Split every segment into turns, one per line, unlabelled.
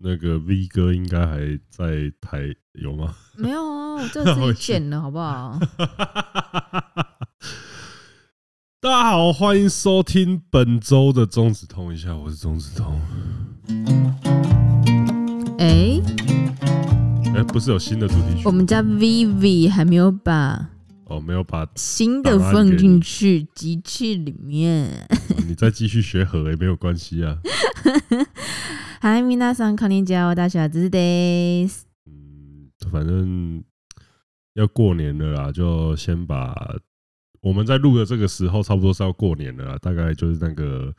那个 V 哥应该还在台有吗？
没有啊，我就自己剪了，好不好？
大家好，欢迎收听本周的中指通一下，我是中指通。
哎、
哎、不是有新的主题曲
我们家 Vivi 还没有把
哦，没有把、哦
新的放进去机器里面。
你再继续学和也没有关系啊。
嗨，米娜桑，康尼加，我大小子 days。
嗯，反正要过年了啦，就先把我们在录的这个时候，差不多是要过年了啦，大概就是那个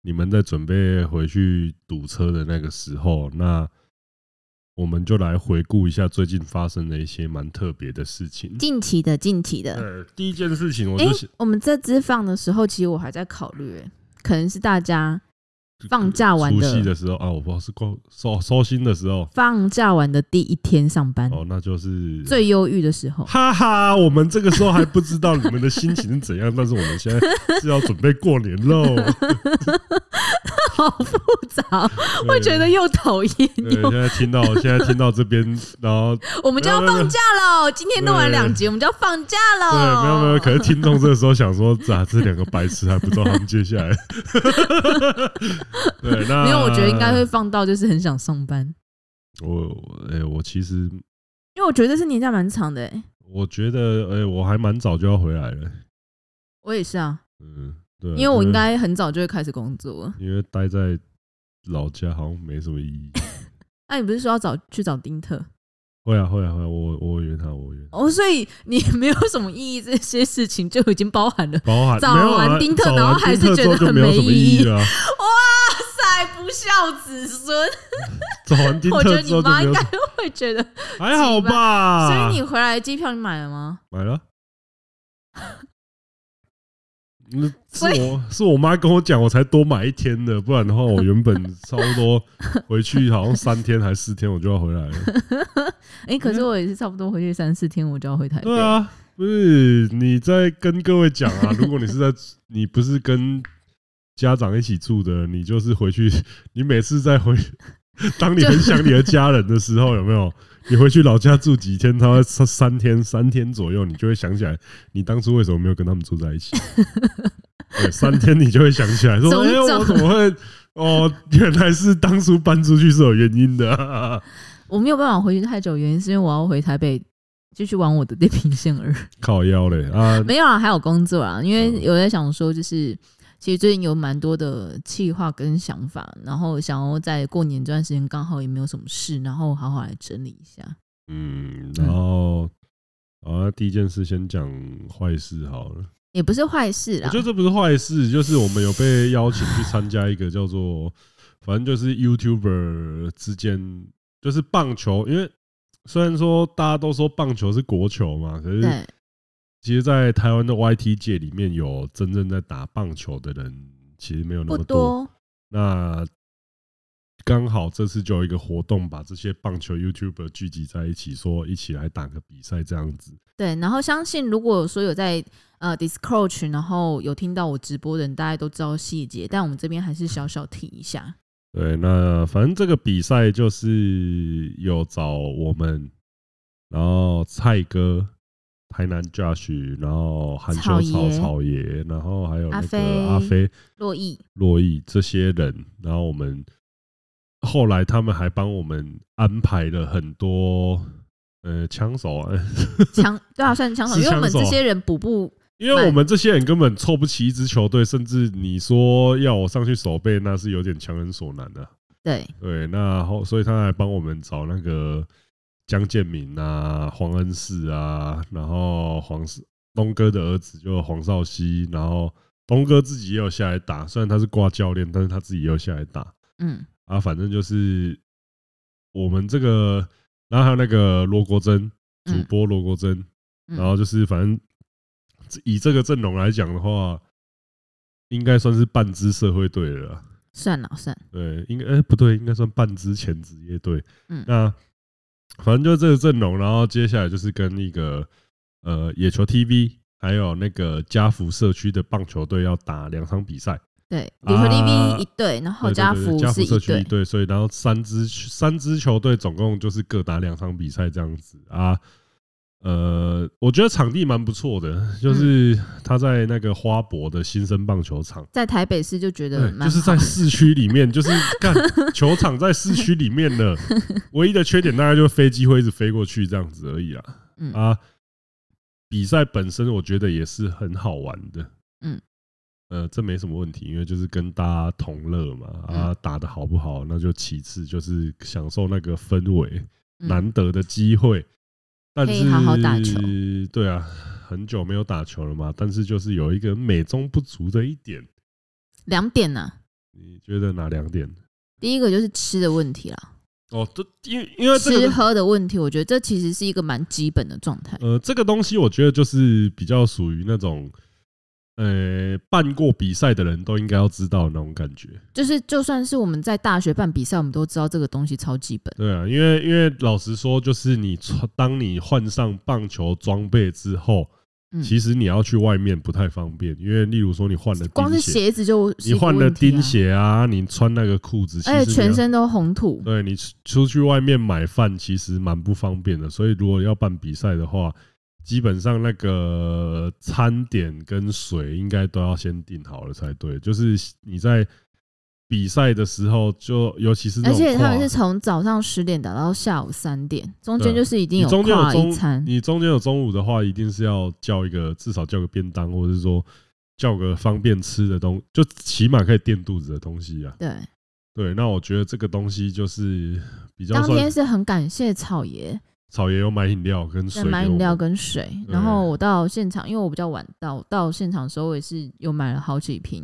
你们在准备回去堵车的那个时候，那我们就来回顾一下最近发生的一些蛮特别的事情。
近期的，近期的。
呃，第一件事情，我
哎、
就想
我们这支放的时候，其实我还在考虑、哎可能是大家放假完
除
的
夕的时候啊，我不知道是过收收心的时候
放假完的第一天上班，
哦，那就是
嗯最忧郁的 时候。
哈哈，我们这个时候还不知道你们的心情是怎样，但是我们现在是要准备过年 喽。
好复杂，会觉得又讨厌
对，
又
现在听到现在听到这边，然后对
我们就要放假喽！今天录完两集，我们就要放假喽！
没有没有，可能听众这个时候想说，咋这两个白痴还不知道他们接下来？ 对，那
没有，我觉得应该会放到就是很想上班，
我哎、我其实
因为我觉得这是年假蛮长的、欸。
我觉得哎、我还蛮早就要回来了，
我也是啊，
嗯，对啊，
因为我应该很早就会开始工作了。
因为待在老家好像没什么意义。
那、你不是说要找去找丁特
会啊会啊会啊，我我原他我原他。
哦？所以你没有什么意义，这些事情就已经包含了。
包含
找
没有
完
啊
丁特
找
然后
完
还
丁
是
特
觉
之后
得
就
很
没有
没
什么
意
意
义
义了啊。
哇塞，不孝子孙！
找完丁
我觉
特
得
之
你
后就
妈
没
应
有
该
什么，
会觉得。
还好吧？
所以你回来的机票你买了吗？
买 了？那是
所以
我是我妈跟我讲，我才多买一天的，不然的话，我原本差不多回去好像三天还四天我就要回来了。
哎、可是我也是差不多回去三四天，我就要回台
嗯
北。
对啊，不是你在跟各位讲 啊，如果你是在你不是跟家长一起住的，你就是回去，你每次在回， 当你很想你的家人的时候，有没有？你回去老家住几天，他会三三天，三天左右，你就会想起来，你当初为什么没有跟他们住在一 起？对，三天你就会想起来，说：“
种
哎、我
种
怎么会？哦，原来是当初搬出去是有原因的、啊。”
我没有办法回去太久，原因是因为我要回台北继续玩我的电瓶线而已。
靠腰嘞啊！
没有啊，还有工作啊，因为
嗯
有在想说，就是其实最近有蛮多的计划跟想法，然后想要在过年这段时间刚好也没有什么事，然后好好来整理一下。
嗯，然后啊，第一件事先讲坏事好了。
也不是啊坏事
我
啦
觉，得这不是坏事，就是我们有被邀请去参加一个叫做，反正就是 YouTuber 之间，就是棒球，因为虽然说大家都说棒球是国球嘛，可是
对，
其实，在台湾的 YT 界里面，有真正在打棒球的人，其实没有那
不
么
多，
那刚好这次就有一个活动，把这些棒球 YouTuber 聚集在一起，说一起来打个比赛这样子。
对。然后相信如果说有在呃 Discord 群，然后有听到我直播的人，大家都知道细节，但我们这边还是小小提一下。
对，那反正这个比赛就是有找我们，然后蔡哥、台南 Josh，然后韩
草
秀草
爷
草爷，然后还有那
阿
个
飞
阿飞、
洛毅，
洛毅这些人，然后我们后来他们还帮我们安排了很多呃枪手啊，
枪对啊，算枪手，
是
因为我们
枪手
这
啊
些人补不
因为我们这些人根本凑不齐一支球队，甚至你说要我上去守备，那是有点强人所难的、
对，
对，那后所以他还帮我们找那个江建民啊、黄恩士啊，然后黄世东哥的儿子就黄少熙，然后东哥自己也有下来打，虽然他是挂教练，但是他自己也有下来打
嗯，
啊。反正就是我们这个，然后还有那个罗国珍主
嗯
播罗国珍，
嗯
然后就是反正以这个阵容来讲的话，应该算是半支社会队了啦。
算了算了，
对，应该、诶不对，应该算半支前职业队。
嗯
那反正就这个阵容，然后接下来就是跟那个呃野球 TV 还有那个家福社区的棒球队要打两场比赛。
对，
啊
比如说 DV 一队，然后
对对对
家
对
福
家
是
福社区
队，
队，所以然后三支三支球队总共就是各打两场比赛这样子啊。呃，我觉得场地蛮不错的，就是
嗯
他在那个花博的新生棒球场，
在台北市就觉得
对，
蛮
就是在
好
市区里面， 就是干球场在市区里面的，唯一的缺点大概就是飞机会一直飞过去这样子而已啦。
嗯
啊，比赛本身我觉得也是很好玩的。
嗯，
呃，这没什么问题，因为就是跟大家同乐嘛。
嗯
啊，打的好不好，那就其次，就是享受那个氛围，
嗯
难得的机会。但
可以
是，
好好打球
对啊，很久没有打球了嘛。但是就是有一个美中不足的一点，
两点呢、啊
你觉得哪两点？
第一个就是吃的问题啦，
哦，这因为因为这
吃
个
喝的问题，我觉得这其实是一个蛮基本的状态。
呃，这个东西我觉得就是比较属于那种，呃，办过比赛的人都应该要知道的那种感觉。
就是就算是我们在大学办比赛，我们都知道这个东西超基本。
对啊，因为因为老实说，就是你穿当你换上棒球装备之后，
嗯，
其实你要去外面不太方便，因为例如说你换了
光是
钉鞋，
鞋子就、
你换了钉，鞋啊，你穿那个裤子，其
而
实
且
你
全
要
身都红土。
对你出出去外面买饭其实蛮不方便的，所以如果要办比赛的话，基本上那个餐点跟水应该都要先订好了才对。就是你在比赛的时候，就尤其是那
而
种
且他们
跨
是从早上十点打到下午三点，中间
对
就是一定
你
有
中间有
跨一
中
餐，
你中间有中午的话，一定是要叫一个至少叫个便当，或者是说叫个方便吃的东，就起码可以垫肚子的东西啊。
对，
对，那我觉得这个东西就是比较
当
算
天是很感谢草爷
草爷有买饮料跟水
在
给我们，
买饮料跟水，
对
然后我到现场，因为我比较晚到，到现场的时候我也是有买了好几瓶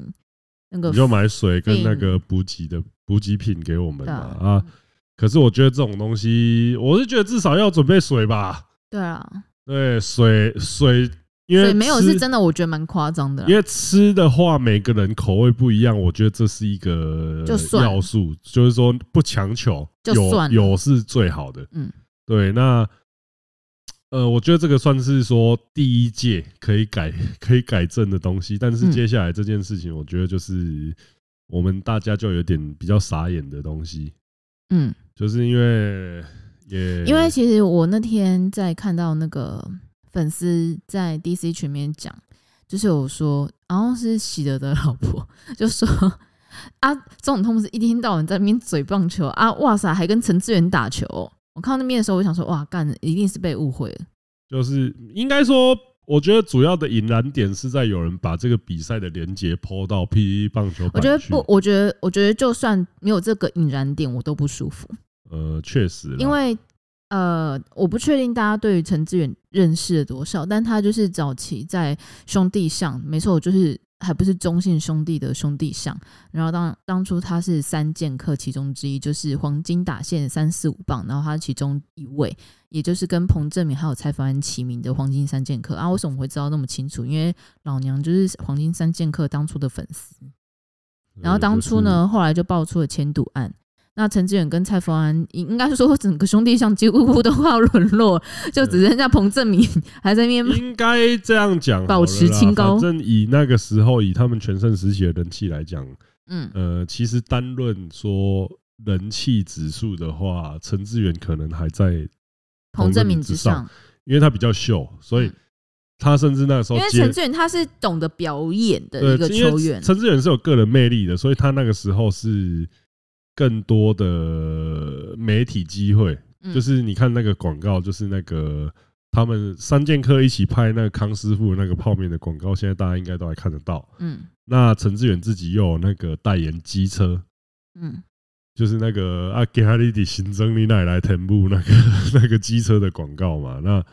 那个
你就买水跟那
嗯
个补给的补给品给我们
的
嘛啊。可是我觉得这种东西，我是觉得至少要准备水吧。
对啊，
对，水水，因
所
为
以没有
吃
是真的，我觉得蛮夸张的啦
因。为吃的话，每个人口味不一样，我觉得这是一个
就算
要素，就是说不强求，
就
有
算了
有是最好的。
嗯，
对，那呃，我觉得这个算是说第一届可以改 可以改正的东西，但是
嗯
接下来这件事情，我觉得就是我们大家就有点比较傻眼的东西，
嗯，
就是因为也
因为其实我那天在看到那个粉丝在 DC 群里面讲，就是有说，然后是喜德的老婆就说。啊，总统是一天到晚在那边嘴棒球啊，哇塞，还跟陈志远打球哦、我看到那边的时候，我想说，哇，干，一定是被误会了。
就是应该说，我觉得主要的引燃点是在有人把这个比赛的连接抛到 PE 棒球
我
版
觉得
去
不，，我觉得，我觉得就算没有这个引燃点，我都不舒服，
呃，确实啦，
因为呃，我不确定大家对于陈志远认识了多少，但他就是早期在兄弟象，没错，就是还不是中信兄弟的兄弟象，然后当当初他是三剑客其中之一，就是黄金打线三四五棒，然后他其中一位，也就是跟彭正明还有蔡凡安齐名的黄金三剑客啊，为什么我会知道那么清楚？因为老娘就是黄金三剑客当初的粉丝。
呃
然后当初，呢，后来就爆出了迁赌案。那陈志远跟蔡峰安应应该说整个兄弟象几乎都要沦落，就只剩下彭正明还在那
就是
边。
应该这样讲好了啦，
保持清高
反正以那个时候，以他们全盛时期的人气来讲，
嗯，
呃，其实单论说人气指数的话，陈志远可能还在，
彭正明之
彭正
上，
因为他比较秀，所以
嗯
他甚至那个时
因
候
为
接
陈志远他是懂得表演的
对，
一个
因为
球员，
陈志远是有个人魅力的，所以他那个时候是更多的媒体机会。
嗯
就是你看那个广告，就是那个他们三剑客一起拍那个康师傅那个泡面的广告，现在大家应该都还看得到。
嗯
那陈志远自己又有那个代言机车。
嗯，
就是那个啊，给他一点新增你奶奶填补那个 那个机车的广告嘛，那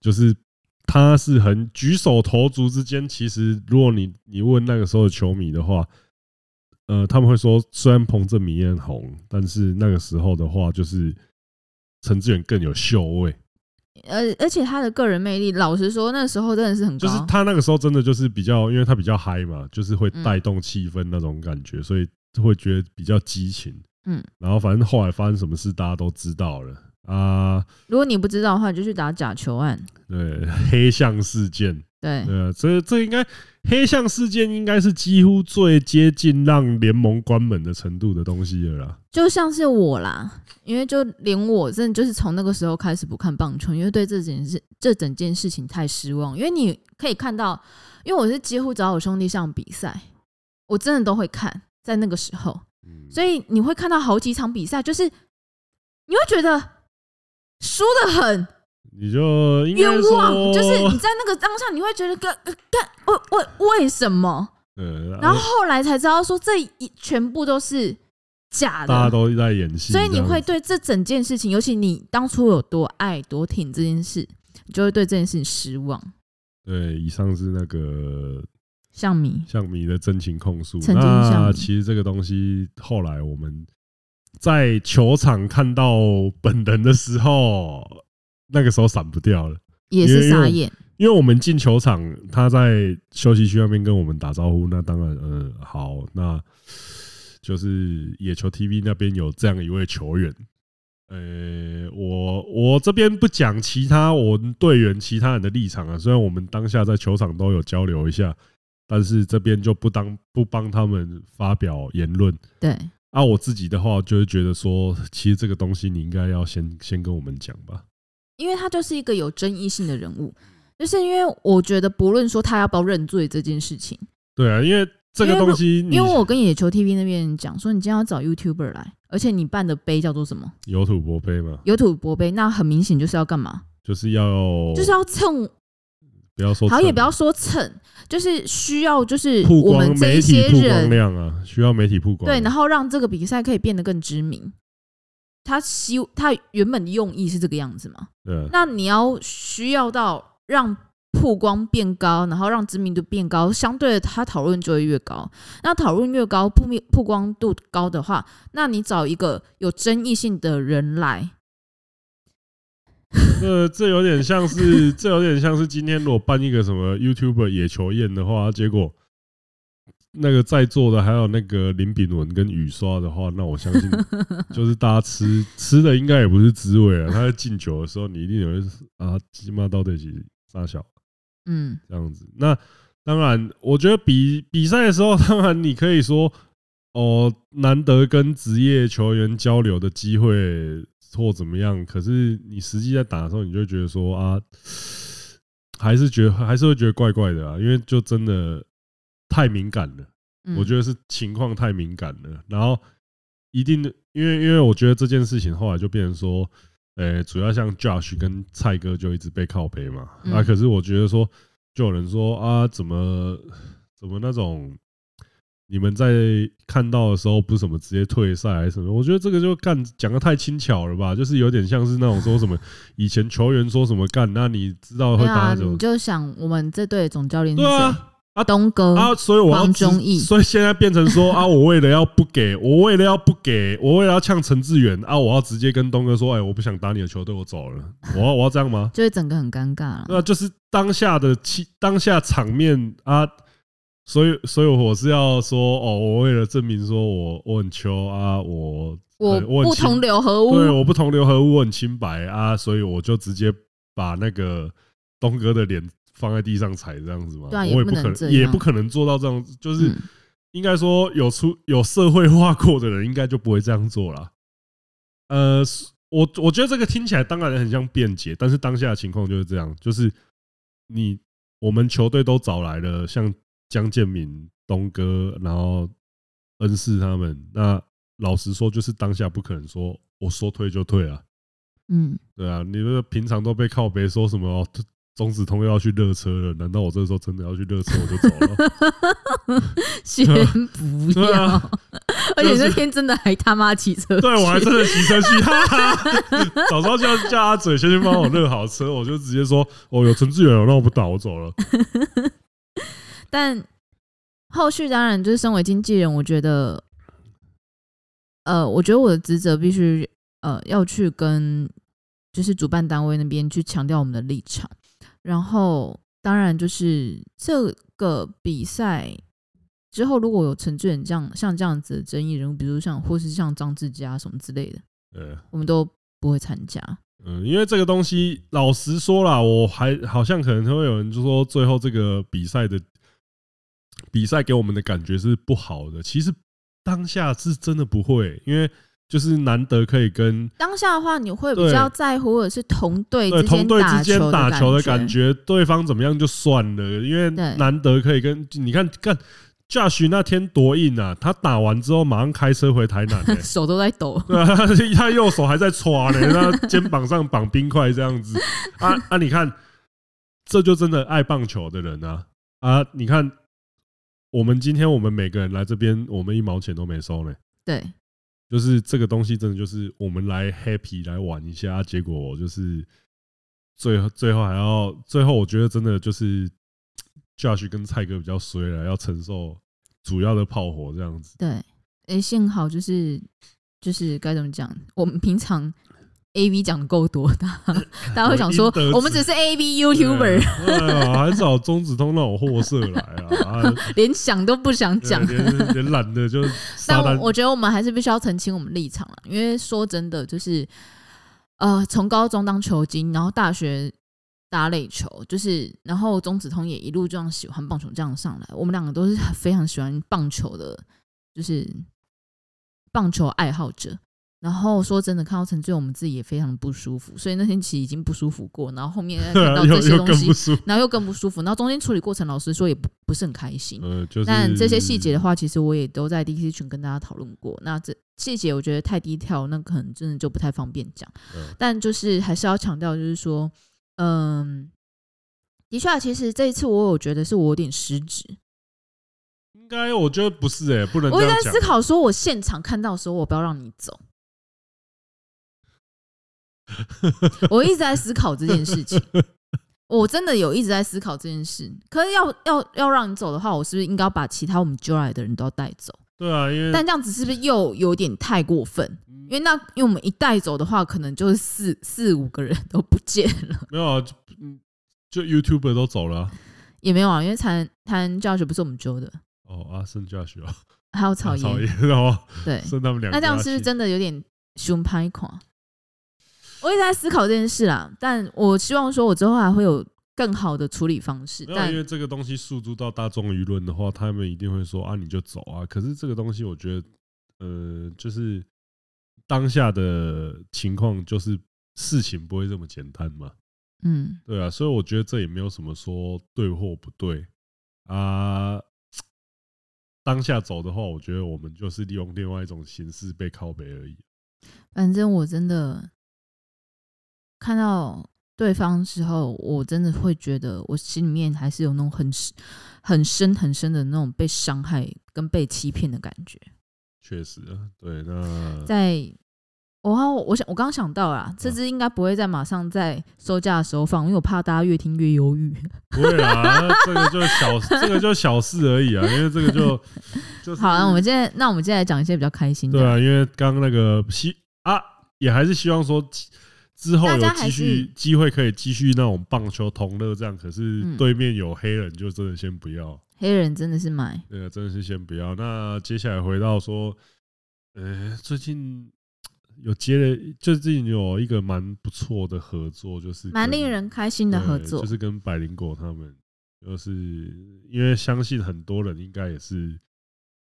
就是他是很举手投足之间，其实如果你你问那个时候的球迷的话，呃，他们会说，虽然彭正明也很红，但是那个时候的话，就是陈志远更有秀味，
而而且他的个人魅力，老实说，那时候真的是很
就是
高。
他那个时候真的就是比较，因为他比较嗨嘛，就是会
啊嗯
带动气氛那种感觉，所以会觉得比较激情。
嗯，
然后反正后来发生什么事大家都知道了，啊，
如果你不知道的话，你就去打假球案。
对黑象事件，
对，
呃，这这应该黑象事件应该是几乎最接近让联盟关门的程度的东西了啦。
就像是我啦，因为就连我真的就是从那个时候开始不看棒球，因为对这件事这整件事情太失望。因为你可以看到，因为我是几乎只要我兄弟上比赛，我真的都会看，在那个时候，
嗯
所以你会看到好几场比赛，就是你会觉得输的很
你就应该
冤枉，
说
就是你在那个当下，你会觉得干呃干为为为什么？
呃，
然后后来才知道说这一全部都是假
大家
的，
都在演戏这
所以
样子，
你会对这整件事情，尤其你当初有多爱多挺这件事，你就会对这件事情失望。
对，以上是那个
像迷
象迷的真情控诉。
嗯曾经象
那
迷
其实这个东西后来我们在球场看到本人的时候，那个时候闪不掉了，
也是傻眼，
因为我们进球场，他在休息区那边跟我们打招呼，那当然，嗯，好，那就是野球 TV 那边有这样一位球员。呃、我我这边不讲其他我们队员其他人的立场啊，虽然我们当下在球场都有交流一下，但是这边就不当不帮他们发表言论。
对，
啊，我自己的话就是觉得说，其实这个东西你应该要先先跟我们讲吧。
因为他就是一个有争议性的人物，就是因为我觉得不论说他要不要认罪这件事情，
对啊，因为这个
因为如
东西你
因为我跟野球 TV 那边讲说，你今天要找 YouTuber 来，而且你办的杯叫做什么？
有土博杯嘛，
有土博杯，那很明显就是要干嘛？
就是要
就是要蹭
不要说
好，
蹭啊
也不要说蹭，就是需要就是
曝
我
光
们这
媒
一
体
些
曝光
人
量啊，需要媒体曝光
对，
量。
然后让这个比赛可以变得更知名。他希他原本的用意是这个样子嘛？
对啊
那你要需要到让曝光变高，然后让知名度变高，相对的他讨论就会越高。那讨论越高，曝面曝光度高的话，那你找一个有争议性的人来，
这这有点像是，这有点像是今天如果办一个什么 YouTuber 野球宴的话，结果那个在座的还有那个林炳文跟雨刷的话，那我相 信就是大家吃吃的应该也不是滋味啊。他在敬酒的时候，你一定有人啊鸡妈到底几大小
嗯，
这样子。那当然，我觉得比比赛的时候， 当然你可以说哦，难得跟职业球员交流的机会或怎么样，可是你实际在打的时候，你就会觉得说啊，还是觉得还是会觉得怪怪的啊，因为就真的太敏感了。
嗯
我觉得是情况太敏感了，然后一定的，因为因为我觉得这件事情后来就变成说，呃，主要像 Josh 跟蔡哥就一直被靠背嘛，
嗯
啊，可是我觉得说，就有人说啊，怎么怎么那种，你们在看到的时候不是什么直接退赛还是什么，我觉得这个就干讲的太轻巧了吧，就是有点像是那种说什么以前球员说什么干，那你知道会
对
打
啊，
那种
你，就想我们这队的总教练是
对
谁？
啊。
东哥
啊，所以我要
黄
知
忠义
所以现在变成
？
说啊，我为了要不给我为了要不给我为了要呛陈志远啊，我要直接跟东哥说，哎、我不想打你的球队，我走了，我要我要这样吗
就会整个很尴尬了。
对啊，就是当下的气，当下场面啊，所以所以我是要说哦，我为了证明说我我很球啊，我
我
对我很
不
清
同流合污，
对我不同流合污，我很清白啊，所以我就直接把那个东哥的脸放在地上踩这样子嘛，
对啊
我
也
也
不
不
能
可
这
能
样
也不可能做到这样，就是。
嗯
应该说有出有社会化过的人，应该就不会这样做了。呃，我我觉得这个听起来当然很像辩解，但是当下的情况就是这样，就是你我们球队都找来了，像江建敏、东哥，然后恩师他们。那老实说，就是当下不可能说我说退就退啊，
嗯，
对啊，你们平常都被靠别说什么哦中子通又要去热车了，难道我这时候真的要去热车我就走了？
先不
对
要
啊，
而且
就是
那天真的还他妈骑车去，
对我还真的骑车去，哈哈！早知道叫叫阿嘴先去帮我热好车，我就直接说哦，有陈志远了，那我不打，我走了。
但后续当然就是身为经纪人，我觉得，呃，我觉得我的职责必须呃要去跟就是主办单位那边去强调我们的立场，然后当然就是这个比赛。之后如果有陈志远这样像这样子的争议人物，比如像或是像张志佳什么之类的，
呃，
我们都不会参加。
嗯，因为这个东西，老实说啦，我还好像可能会有人就说，最后这个比赛的比赛给我们的感觉是不好的。其实当下是真的不会，因为就是难得可以跟
当下的话，你会比
对
较在乎的是同队
对
之
同
间
队之间打球的
感
感。觉，对方怎么样就算了，因为
对，
难得可以跟你看看 Josh 那天多硬啊！他打完之后马上开车回台南、欸
手都在抖，
对啊，他他右手还在抓呢，他肩膀上绑冰块这样子啊啊！你看，这就真的爱棒球的人啊啊！你看，我们今天我们每个人来这边，我们一毛钱都没收呢。
对
就是这个东西，真的就是我们来 happy 来玩一下，啊结果就是最后最后还要最后，我觉得真的就是 Josh 跟蔡哥比较衰了，要承受主要的炮火这样子。
对。诶、幸好就是就是该怎么讲，我们平常 A V 讲的够多，大 家大家会想说
我应得，之
我们只是 A V
对
YouTuber，
啊哎呀，还找中子通那种货色来啊，啊
连想都不想
对 啊
讲。
连连懒得就撒
但
旦
我我觉得我们还是必须要澄清我们立场了，因为说真的，就是呃，从高中当球精，然后大学打垒球，就是然后钟子通也一路这样喜欢棒球这样上来，我们两个都是非常喜欢棒球的，就是棒球爱好者。然后说真的，看到陈醉，我们自己也非常不舒服，所以那天其实已经不舒服过，然后后面再
对
看
啊，
到
又
这些
又
东
更
西
不，舒服。
然后又更不舒服，然后中间处理过程，老实说也不不是很开心。
呃，就是
但嗯这些细节的话，其实我也都在 DC 群跟大家讨论过。那这细节我觉得太低调，那可能真的就不太方便讲。
嗯
但就是还是要强调，就是说，嗯，的确啊，其实这一次我有觉得是我有点失职。
应该我觉得不是哎，不能
我
这
也
样
在
讲
思。考，说我现场看到的时候，我不要让你 走。我一直在思考这件 事情，我真的有一直在思考这件事。可是要要要让你走的话，我是不是应该要把其他我们揪来的人都要带走？
对啊，因为
但这样子是不是又有点太过分？因为那因为我们一带走的话，可能就是四四五个人都不见了，
没有啊，就嗯就 YouTuber 都走了啊
也没有啊。因为谭谭教学不是我们揪的，
哦啊，剩 Josh 哦，
还有草
草
爷，
爷，然后
对。
剩他们两个。
那这样是不是？真的有点熊拍垮？我一直在思考这件事啦，但我希望说我之后还会有更好的处理方式。
没有，
但
因为这个东西诉诸到大众舆论的话，他们一定会说啊，你就走啊。可是这个东西，我觉得，呃，就是当下的情况，就是事情不会这么简单嘛。
嗯，
对啊，所以我觉得这也没有什么说对或不对啊。当下走的话，我觉得我们就是利用另外一种形式被靠北而已。
反正我真的看到对方之后，我真的会觉得我心里面还是有那种很深很深很深的那种被伤害跟被欺骗的感觉。
确实啊，对，那
在我好我想我刚想到啦，
嗯
这支应该不会在马上在收假的时候放，因为我怕大家越听越 忧郁。
不会啦，这个就 小，这个就小事而已啊，因为这个就就是
好、啊，我们现在那我们现在来讲一些比较开心的。
对啊，因为刚刚那个希啊，也还是希望说之之后
大
有
家还
继续
是
机会可以继续那种棒球同乐这样。可是
嗯
对面有黑人，就真的先不要，
黑人真的是买，
那个真的是先不要。那接下来回到说，呃，最近有接了，最近有一个蛮不错的合作，就是
蛮
跟
令人开心的合作。
对就是跟百灵果他们，就是因为相信很多人应该也是，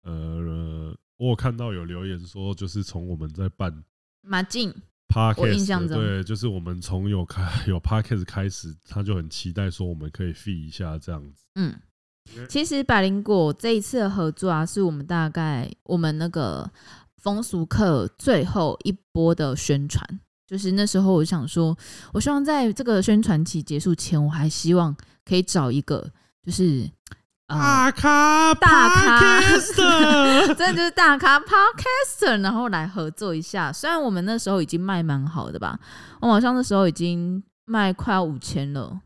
呃，我有看到有留言说，就是从我们在办
马竞，我
podcast，
印象
的
中
对，就是我们从有开 有 podcast 开始，他就很期待说我们可以 fee 一下这样子。
嗯，其实百灵果这一次的合作啊，是我们大概我们那个风俗课最后一波的宣传。就是那时候，我想说，我希望在这个宣传期结束前，我还希望可以找一个，就是啊，
咖
大咖
podcaster
真的就是大咖 podcaster，然后来合作一下。虽然我们那时候已经卖蛮好的吧，我好像那时候已经卖快要五千了。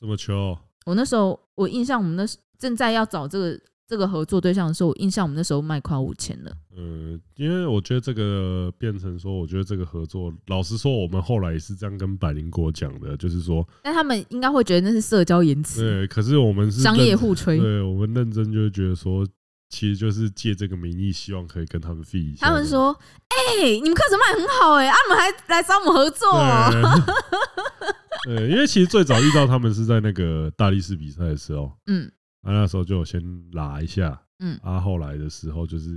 这么球，
我那时候我印象，我们那时正在要找这个这个合作对象的时候，我印象我们那时候卖快五千了。
呃，因为我觉得这个变成说，我觉得这个合作，老实说，我们后来也是这样跟百灵果讲的，就是说，
但他们应该会觉得那是社交言辞，
对，可是我们是
商业
认
互吹。
对我们认真就会觉得说，其实就是借这个名义，希望可以跟他们 f 一下。
他们，说：“哎、你们课程卖得很好哎、啊，你们还来找我们合作、哦，
对，对，因为其实最早遇到他们是在那个大力士比赛的时候，
嗯
啊，那时候就有先拉一下，
嗯
啊，后来的时候就是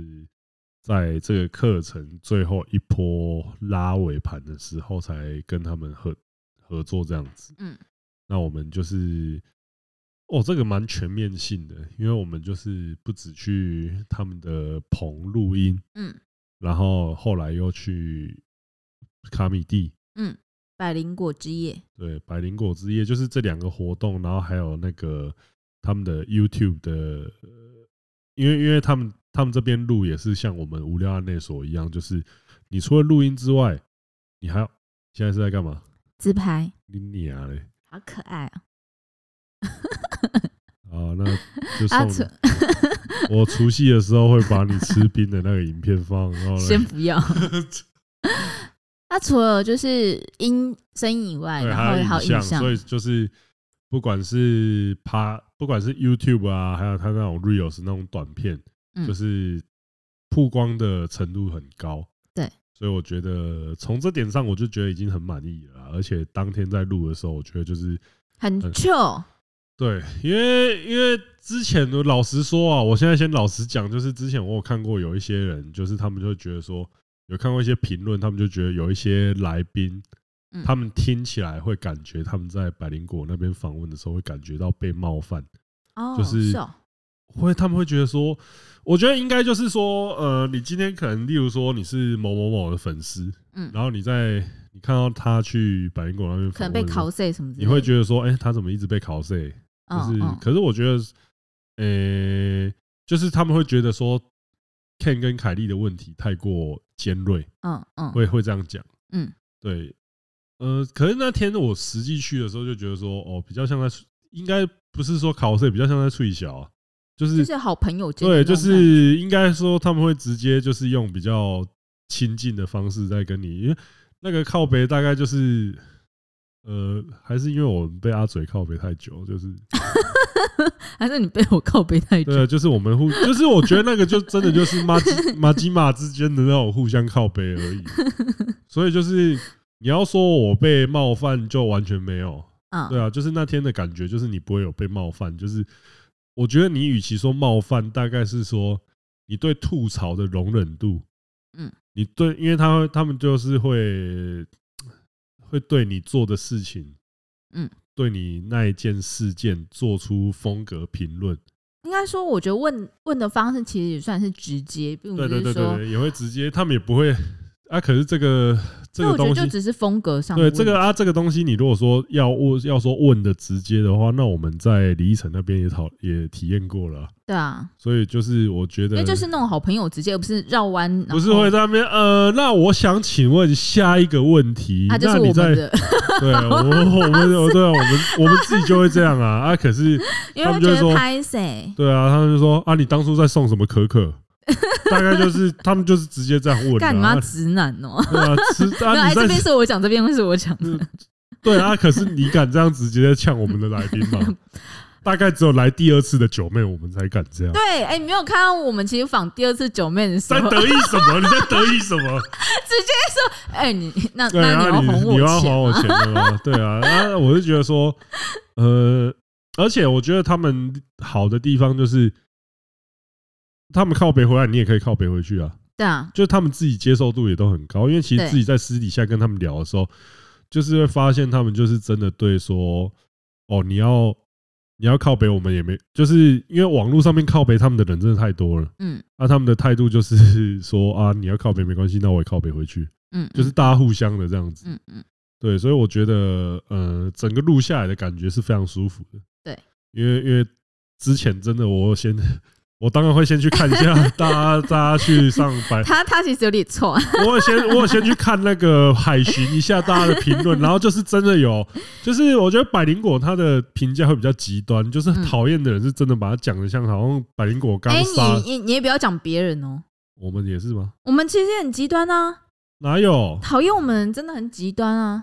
在这个课程最后一波拉尾盘的时候，才跟他们合合作这样子。
嗯，
那我们就是哦，这个蛮全面性的，因为我们就是不只去他们的棚录音，
嗯，
然后后来又去卡米蒂，
百灵果之夜，
对，百灵果之夜就是这两个活动，然后还有那个他们的 YouTube 的，呃因为因为他们他们这边录也是像我们无聊案内所一样，就是你除了录音之外，你还要现在是在干嘛？
自拍，
你娘嘞！
好可爱啊！
啊，那就
啊
送你 我除夕的时候会把你吃冰的那个影片放，然后嘞
先不 要。那除了就是音声音以外，
对，
然
还
后
有
还有
像，
影像
所，以就是不管是趴，不管是 YouTube 啊，还有他那种 Reels 那种短片，
嗯
就是曝光的程度很高。
对，
所以我觉得从这点上，我就觉得已经很满意了啦。而且当天在录的时候，我觉得就是
很哦
嗯
chill。
对，因为因为之前的老实说啊，我现在先老实讲，就是之前我有看过有一些人，就是他们就觉得说，有看过一些评论，他们就觉得有一些来宾，
嗯
他们听起来会感觉他们在百灵果那边访问的时候会感觉到被冒犯，
哦，
就是
哦
会他们会觉得说，我觉得应该就是说，呃，你今天可能例如说你是某某某的粉丝，
嗯
然后你在你看到他去百灵果那边
可
访
能
问
被
的时候，
考 C 什么之类
你
的，
会觉得说，哎，他怎么一直被考 C？就是，
嗯嗯
可是我觉得，呃，就是他们会觉得说，Ken 跟凯莉的问题太过尖锐，
嗯嗯，
会会这样讲。
嗯，
对，呃，可是那天我实际去的时候就觉得说，哦，比较像在，应该不是说考试，比较像在吹小、啊，就是
就是好朋友间的
对，
那
就
种
是应该说他们会直接就是用比较亲近的方式在跟你，因为那个靠北大概就是，呃，还是因为我们被阿嘴靠北太久，就是。
感觉还是你被我靠背太久，
对，就是我们 互，就是我觉得那个就真的就是马吉马吉马之间的那种互相靠背而已。所以就是你要说我被冒犯，就完全没有。
嗯
对啊，就是那天的感觉，就是你不会有被冒犯。就是我觉得你与其说冒犯，大概是说你对吐槽的容忍度，
嗯，
你对，因为他他们就是会会对你做的事情，
嗯，
对你那一件事件做出风格评论。
应该说，我觉得问问的方式其实也算是直接，并不
对对
是
对
说
对，，对也会直接，他们也不会啊。可是这个这
所以
个
我
东
觉得就
西，
只是风格上的
对
问题，
这个啊，这个东西，你如果说要问要说问的直接的话，那我们在李依晨那边也讨也体验过了啊，
对啊，
所以就是我觉
因
得
为就是那种好朋友直接，而不是绕弯，然后
不是会在那边呃，那我想请问下一个问题，
啊，就是
那你
我们
在
的，
对我们我们对啊，我们我们自己就会这样啊啊，可是
因为
他
会
们就会
觉得
说
拍谁，
对啊，他们就说啊，你当初在送什么可可？ 大概就是他们就是直接这样问
干你
啊，
妈
啊
直男哦、
对啊，吃
没有，
啊
哎，
你
这
在嗯
边是我讲，这边是我讲的。
对啊，可是你敢这样直接呛我们的来 宾吗？大概只有来第二次的九妹，我们才敢这样。
对，哎、你没有看到我们其实访第二次九妹的时
在
候，
得意什么？你在得意什么？
哎、你 那
对
那
啊，
要
你
还
你要
我钱
还我钱的吗？ 对啊，那我就觉得说，呃，而且我觉得他们好的地方就是，他们靠北回来，你也可以靠北回去啊。
对啊，
就是他们自己接受度也都很高，因为其实
对
自己在私底下跟他们聊的时候，就是会发现他们就是真的对说，哦，你要你要靠北，我们也没，就是因为网络上面靠北他们的人真的太多了，
嗯
那、他们的态度就是说啊，你要靠北没关系，那我也靠北回去，
嗯，
就是大家互相的这样子，
嗯嗯
对，所以我觉得呃，整个录下来的感觉是非常舒服的，
对，
因为因为之前真的我先。我当然会先去看一下大家，大家去上百
嗯，他他其实有点错，
我有先我有先去看那个海巡一下大家的评论，然后就是真的 有，就是我觉得百灵果它的评价会比较极端，就是
嗯
讨厌的人是真的把它讲的像好像百灵果刚
哎、
杀，
你你你也不要讲别人哦、
我们也是吗？
我们其实也很极端啊，
哪有？
讨厌我们人真的很极端啊，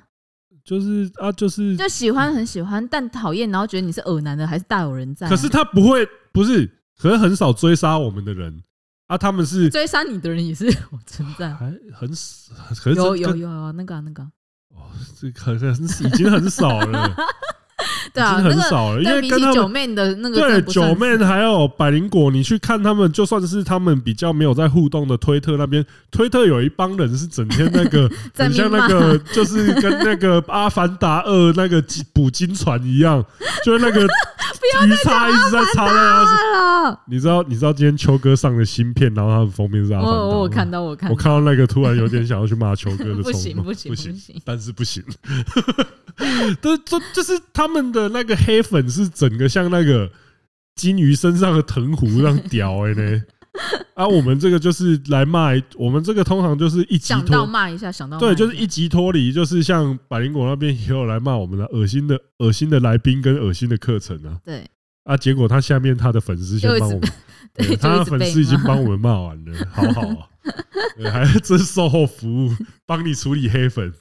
就是啊，就是，
就喜欢很喜欢，但讨厌，然后觉得你是恶男的，还是大有人在啊、
可是他不会，不是，可是很少追杀我们的人，啊，他们是
追杀你的人也是我存在，
还很少，可是
有
这
有
个
有有那个啊那个啊，
这个很很已经很少了，
对啊，
已经
那
很
个
少了，因
但
为
比
跟
起
他
九
们。
妹的那个真
对
的不算
九妹还有百灵果，你去看他们，就算是他们比较没有在互动的推特那边，推特有一帮人是整天那 个
在
很像
面
那
骂
个，就是跟那个《阿凡达二》那个金捕金船一样，就是 那个鱼叉一直在插在他身。
啊，
你知道，你知道今天秋哥上的新片，然后他的封面是阿
我
凡达吗
哦我我看到我看
我看到那个，突然有点想要去骂秋哥的
不
冲
行
动，
不行
不
不
行，
行，
但是不行。 这这就是他们的那个黑粉是整个像那个金鱼身上的藤壶那样屌哎、 呢。啊，我们这个就是来骂，我们这个通常就是一集
想到
脱，
骂一下，想到
对，
骂
就是一
下
集脱离，就是像百灵果那边也有来骂我们的恶心的恶心的来宾跟恶心的课程啊
对
啊，结果他下面他的粉丝先
又一
帮
直
我们，
对，就
他
一
的
直
粉
被
丝已经
骂
帮我们骂完了，好好啊，对还真售后服务，帮你处理黑粉。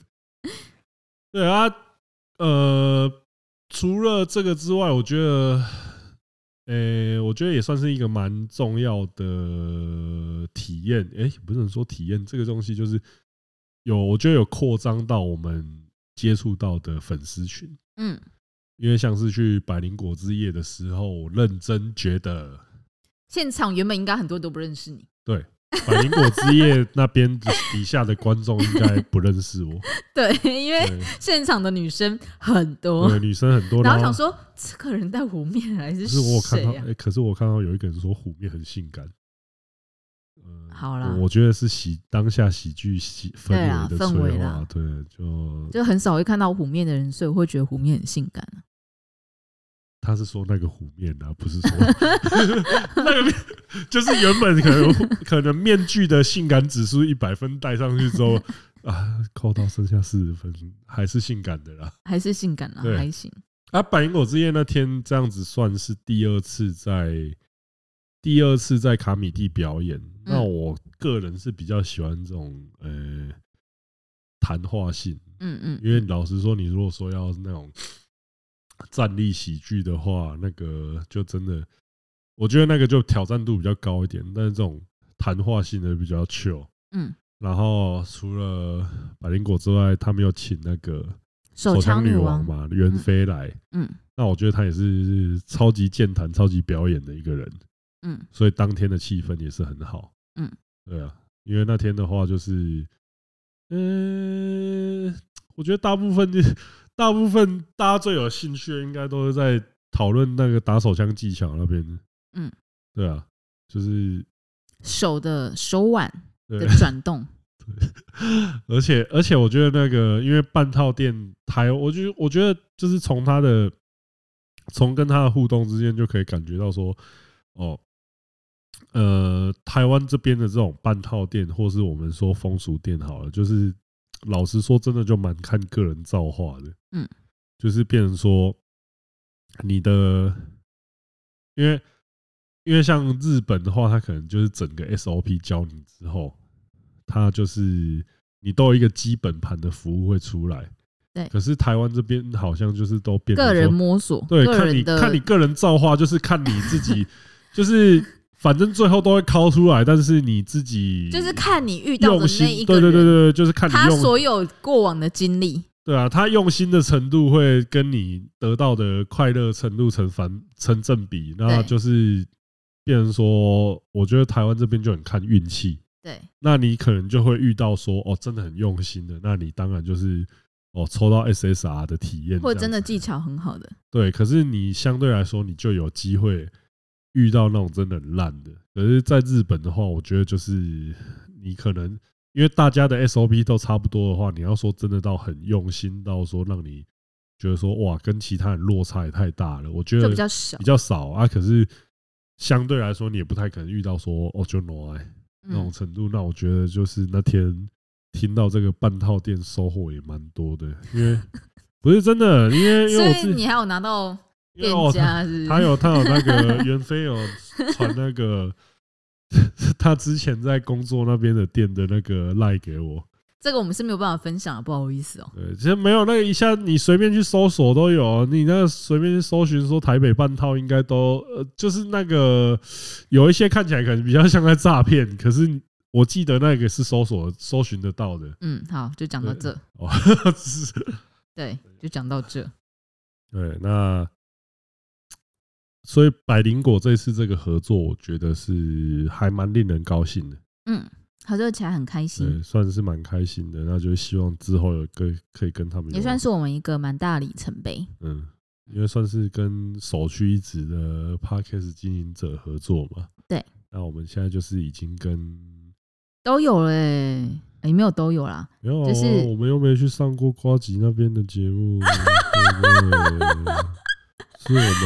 对啊，呃，除了这个之外，我觉得，呃、我觉得也算是一个蛮重要的体验。哎、不是说体验这个东西，就是有，我觉得有扩张到我们接触到的粉丝群。
嗯，
因为像是去百灵果之夜的时候，我认真觉得
现场原本应该很多都不认识你，
百灵果之夜那边的底下的观众应该不认识 我，
对，因为
对，
现场的女生很多，
对女生很多，然
然后想
后
说 这个人在湖面啊还是
可是我有看
谁啊
到，
呀？
诶可是我看到有一个人说虎面很性感，嗯
好啦
我我觉得是喜当下喜剧喜氛
对啦
围的
氛
催
围
化
啦，
对，就
就很少会看到湖面的人，所以我会觉得湖面很性感。啊
他是说那个虎面啊，不是说 那个面，就是原本可能可能面具的性感指数一百分戴上去之后啊，扣到剩下四十分，还是性感的啦。
还是性感啊
对，
还行。
啊，百灵果之夜那天这样子算是第二次在第二次在卡米蒂表演。那我个人是比较喜欢这种呃谈话性，
嗯嗯，
因为老实说，你如果说要那种站立喜剧的话，那个就真的，我觉得那个就挑战度比较高一点。但是这种谈话性的比较 chill。
嗯，
然后除了百灵果之外，他们有请那个
手枪
女
王，
嘛，袁
嗯
飞来。
嗯
那我觉得他也是超级健谈、超级表演的一个人，
嗯
所以当天的气氛也是很好。
嗯，
对啊，因为那天的话就是，嗯、我觉得大部分 就是大部分大家最有兴趣的，应该都是在讨论那个打手枪技巧那边。
嗯，
对啊，就是
手的手腕
对
的，转 动，
而且而且我觉得那个，因为半套店台，我就我觉得就是从他的从跟他的互动之间就可以感觉到说，哦，呃，台湾这边的这种半套店，或是我们说风俗店好了，就是老实说，真的就蛮看个人造化的。
嗯，
就是变成说你的，因为因为像日本的话，它可能就是整个 SOP 教你之后，它就是你都有一个基本盘的服务会出来。
对
可是台湾这边好像就是都变成
个人
说
摸索，
对，
个
看你
人的
看你个人造化，就是看你自己，就是反正最后都会抠出来，但是你自己
就是看你遇到的
用
那
心，
一
对
个
对对
人，
对，就是看
他
你用，
所有过往的经历，
对啊，他用心的程度会跟你得到的快乐程度成反成正比，那
对
就是变成说，我觉得台湾这边就很看运气，
对，
那你可能就会遇到说，哦，真的很用心的，那你当然就是。哦，抽到 SSR 的体验，
或
这样
真的
子
技巧很好的，
对，可是你相对来说，你就有机会遇到那种真的很烂的。可是，在日本的话，我觉得就是你可能因为大家的 SOP 都差不多的话，你要说真的到很用心到说让你觉得说哇，跟其他人落差也太大了，我觉
就
得
比较少
比。较少啊。可是相对来说，你也不太可能遇到说哦就 no 哎那种
嗯，
程度。那我觉得就是那天听到这个半套店收获也蛮多的，因 为不是真的，因为因
所
为我
以
自己
你还有拿到
因为
店
哦他
家是 不
他
是？
有他有那个袁飞有传那 个他之前在工作那边的店的那个赖给我，
这个我们是没有办法分享的，不好意思哦、
对，其实没有那个一下，你随便去搜索都有，你那个随便去搜寻说台北半套应该都呃，就是那个有一些看起来可能比较像在诈骗，可是我记得那个是搜索搜寻得到的，
嗯，好，就讲到这，
哦，是
对，就讲到这。
对，那所以百灵果这次这个合作，我觉得是还蛮令人高兴的，
嗯， 合作起来很开
对，
心，
算是蛮开心的。那就希望之后有跟可以跟他们有
也算是我们一个蛮大的里程碑。
嗯，因为算是跟首屈一指的 podcast 经营者合作嘛。
对。
那我们现在就是已经跟
都有嘞、欸，也、没有都有啦，
没有啊、
就是
我们又没去上过瓜吉那边的节目，对不对？是我们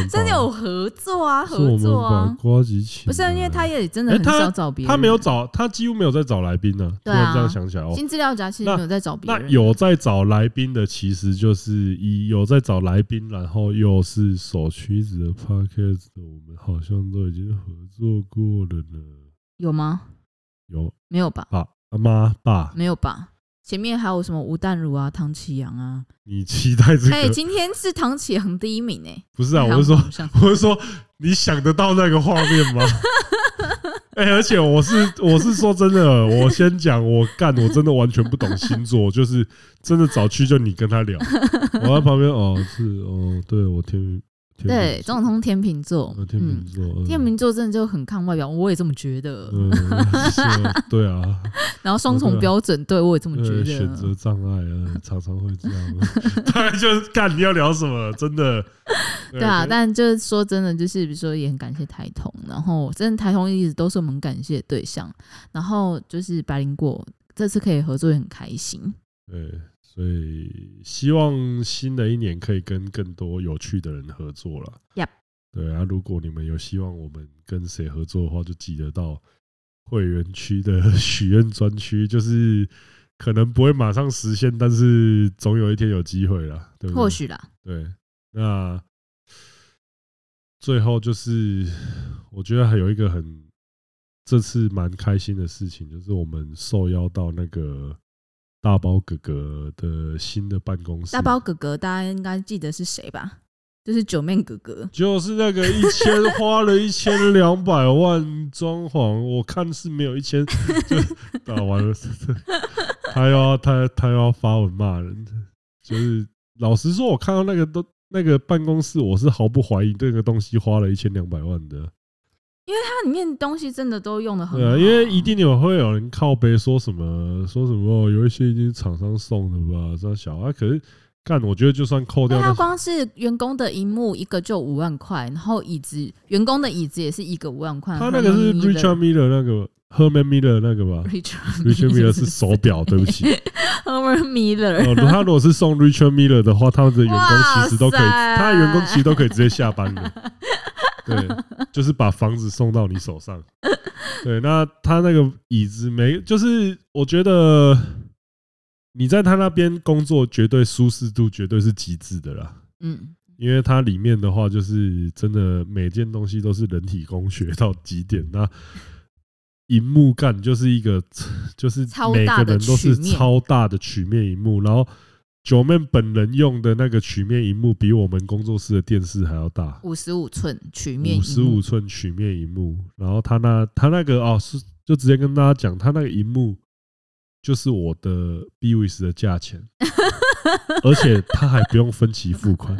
真
把
的有合作啊，
是我
合
们
作
把
啊，
瓜吉请来，
不是因为他也真的
哎
很
他
少找别人、
他没有找，他几乎没有在找来宾呢、
对啊
如果这样想起来哦。
新资料夹，其实
那
没有在找别
那
人，
有在找来宾的，其实就是一有在找来宾，然后又是首屈子的 podcast，我们好像都已经合作过了呢。
有吗？
有
没有吧？
爸、啊妈、爸，
没有吧？前面还有什么吴淡如啊、唐启阳啊？
你期待这
哎、
个？
今天是唐启阳第一名哎、
不是啊，
还
我
有
是说，
上
我是说，你想得到那个画面吗？ 哎、而且我是我是说真的，我先讲，我干，我真的完全不懂星座，就是真的早去就你跟 他聊，我在旁边哦，是哦，对我天天秤
对，
座
钟永通天秤座
呃，天秤
嗯，
座，呃
天秤座真的就很看外表，我也这么觉得。
嗯，是啊对啊，
然后双重标准，对 我也这么觉
呃，选择
得。
障碍啊，呃常常会这样， 大概就是干你要聊什么，真的，
对啊，
可
但就是说真的，就是比如说也很感谢台通，然后真的台通一直都是我们很感谢的对象，然后就是白灵果这次可以合作也很开心，
对，所以希望新的一年可以跟更多有趣的人合作了。
Yep
对啊，如果你们有希望我们跟谁合作的话，就记得到会员区的许愿专区，就是可能不会马上实现，但是总有一天有机会啦，对不对？
或许啦，
对，那最后就是我觉得还有一个很这次蛮开心的事情，就是我们受邀到那个大包哥哥的新的办公室，
大包哥哥大家应该记得是谁吧？就是九妹哥哥，
就是那个一千花了一千两百万装潢，我看是没有一千， 就打完了，他又要他他又要发文骂人，就是老实说，我看到那个都那个办公室，我是毫不怀疑这个东西花了一千两百万的，
它里面东西真的都用的很
对
好、
啊，因为一定有会有人靠背说什么说什么，哦有一些已经是厂商送的吧，这样小啊，可是干，我觉得就算扣
因
掉
为
那
他
些
光是员工的荧幕一个就五万块，然后椅子员工的椅子也是一个五万块。
他那个是 Richard Miller 那个 Herman Miller 那个吧
Richard
，Richard Miller 是 手表，对不起。
Herman Miller，
哦，他如果是送 Richard Miller 的话，他们的员工
哇
其实都可以，
塞
他的员工其实都可以直接下班的。对，就是把房子送到你手上。对，那他那个椅子没，就是我觉得你在他那边工作，绝对舒适度绝对是极致的啦。
嗯，
因为它里面的话，就是真的每件东西都是人体工学到极点。那荧幕干就是一个， 就是
超
每
大
个
的
人都是
曲面
超大的曲面荧幕，然后九妹本人用的那个曲面荧幕比我们工作室的电视还要大，
五十五寸曲面
五十
荧幕
五寸曲面荧幕。然后他那他那个哦，是就直接跟大家讲，他那个荧幕就是我的 b w i s 的价 钱，而且他还不用分期付款。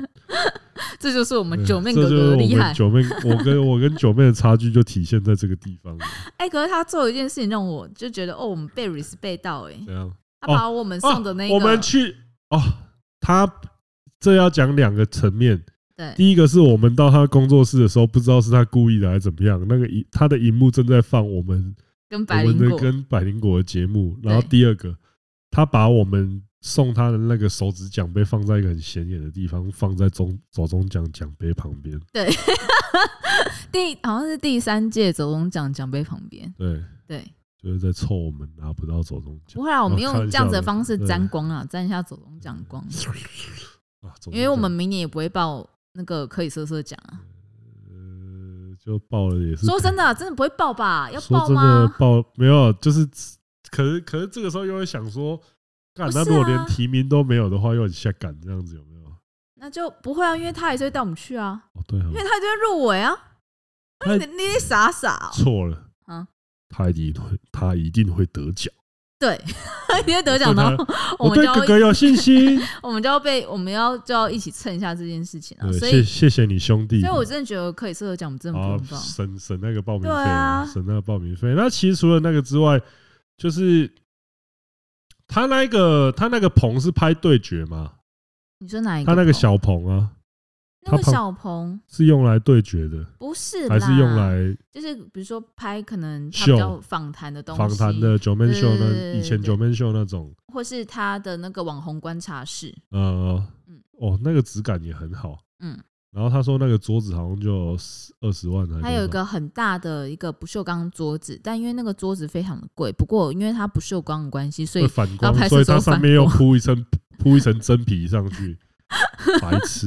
这就是我们
对
九妹
嗯这
哥
就
哥
是
的
我
厉
们
害。
九妹，我跟我跟九妹的差距就体现在这个地方了。
哎、可是他做一件事情让我就觉得，哦，我们被 respect 到、哎，
怎样？
他把我们送 的那个，
我们去哦，他这要讲两个层面。
对，
第一个是我们到他工作室的时候，不知道是他故意的还是怎么样，那个荧他的荧幕正在放我们
跟
我
百
们
灵
的
果，
跟百灵果的节目。然后
对
第二个，他把我们送他的那个手指奖杯放在一个很显眼的地方，放在中左中奖奖杯旁边。
第好像是第三届走龙奖奖杯旁边，
对，
对，
就是在凑我们拿不到左中奖。
不会啊，我们
哦开
用
玩
这样
笑
子的
的
方式
对
沾光啊，沾一下走龙奖 光，
嗯啊，总
因
之
为我
就
们明年也不会报那个可以色色奖啊。
呃就报了也是
说真的啊，真的不会报吧？要
说
报
真的
吗？
报没有，就是可是可是这个时候又会想说，干
不
那
是
如果连
啊
提名都没有的话，又很下感，这样子有没有？
那就不会啊，因为他还是会带我们去啊，
哦，对哦
因为，他就会入围啊。
他
你你得 傻傻、哦，
错了
啊，
他一定会，他一定会得奖。
对，你会得奖的
对
话，哦我
我
们就
对
要
哥哥有信 心。
我们就要被我们要就要一起蹭一下这件事情啊。
对，
所
谢
以
谢谢你兄弟。
所以我真的觉得可以适合讲，我们真的不
啊
用，报。
省省那个报名费
对
啊，
啊
省那个报名费。那其实除了那个之外，就是他那个他那个棚是拍对决嘛，
你说哪一个
他
棚？
那个小棚啊
那个
他旁
小鹏
是用来对决的，
不是啦，
还是用来
就是比如说拍可能他
秀
比较访谈的东西，
访谈的九面秀
对对
那
对对
以前
对
九面秀那种
或是他的那个网红观察室，
呃
嗯，
哦，那个质感也很好。
嗯，
然后他说那个桌子好像就二十万还
它有
多
一
少
个很大的一个不锈钢桌子，但因为那个桌子非常的贵，不过因为它不锈钢的关 系，所以
会反
然
光，
后拍
所以
摄时
它
候
上
反
面又铺一层铺一层真皮上去， 白痴。